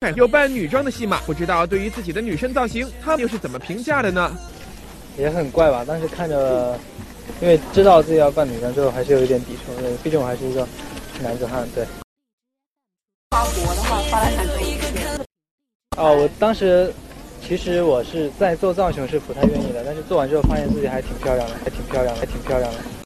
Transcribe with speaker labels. Speaker 1: 快有扮女装的戏码，不知道对于自己的女生造型，他们又是怎么评价的呢？
Speaker 2: 也很怪吧，但是看着，因为知道自己要扮女装之后，还是有一点抵触，因为毕竟我还是一个男子汉，对。
Speaker 3: 花博的话，花篮闪多一点。
Speaker 2: 哦，我当时其实我是在做造型是不太愿意的，但是做完之后发现自己还挺漂亮的，还挺漂亮的，还挺漂亮的。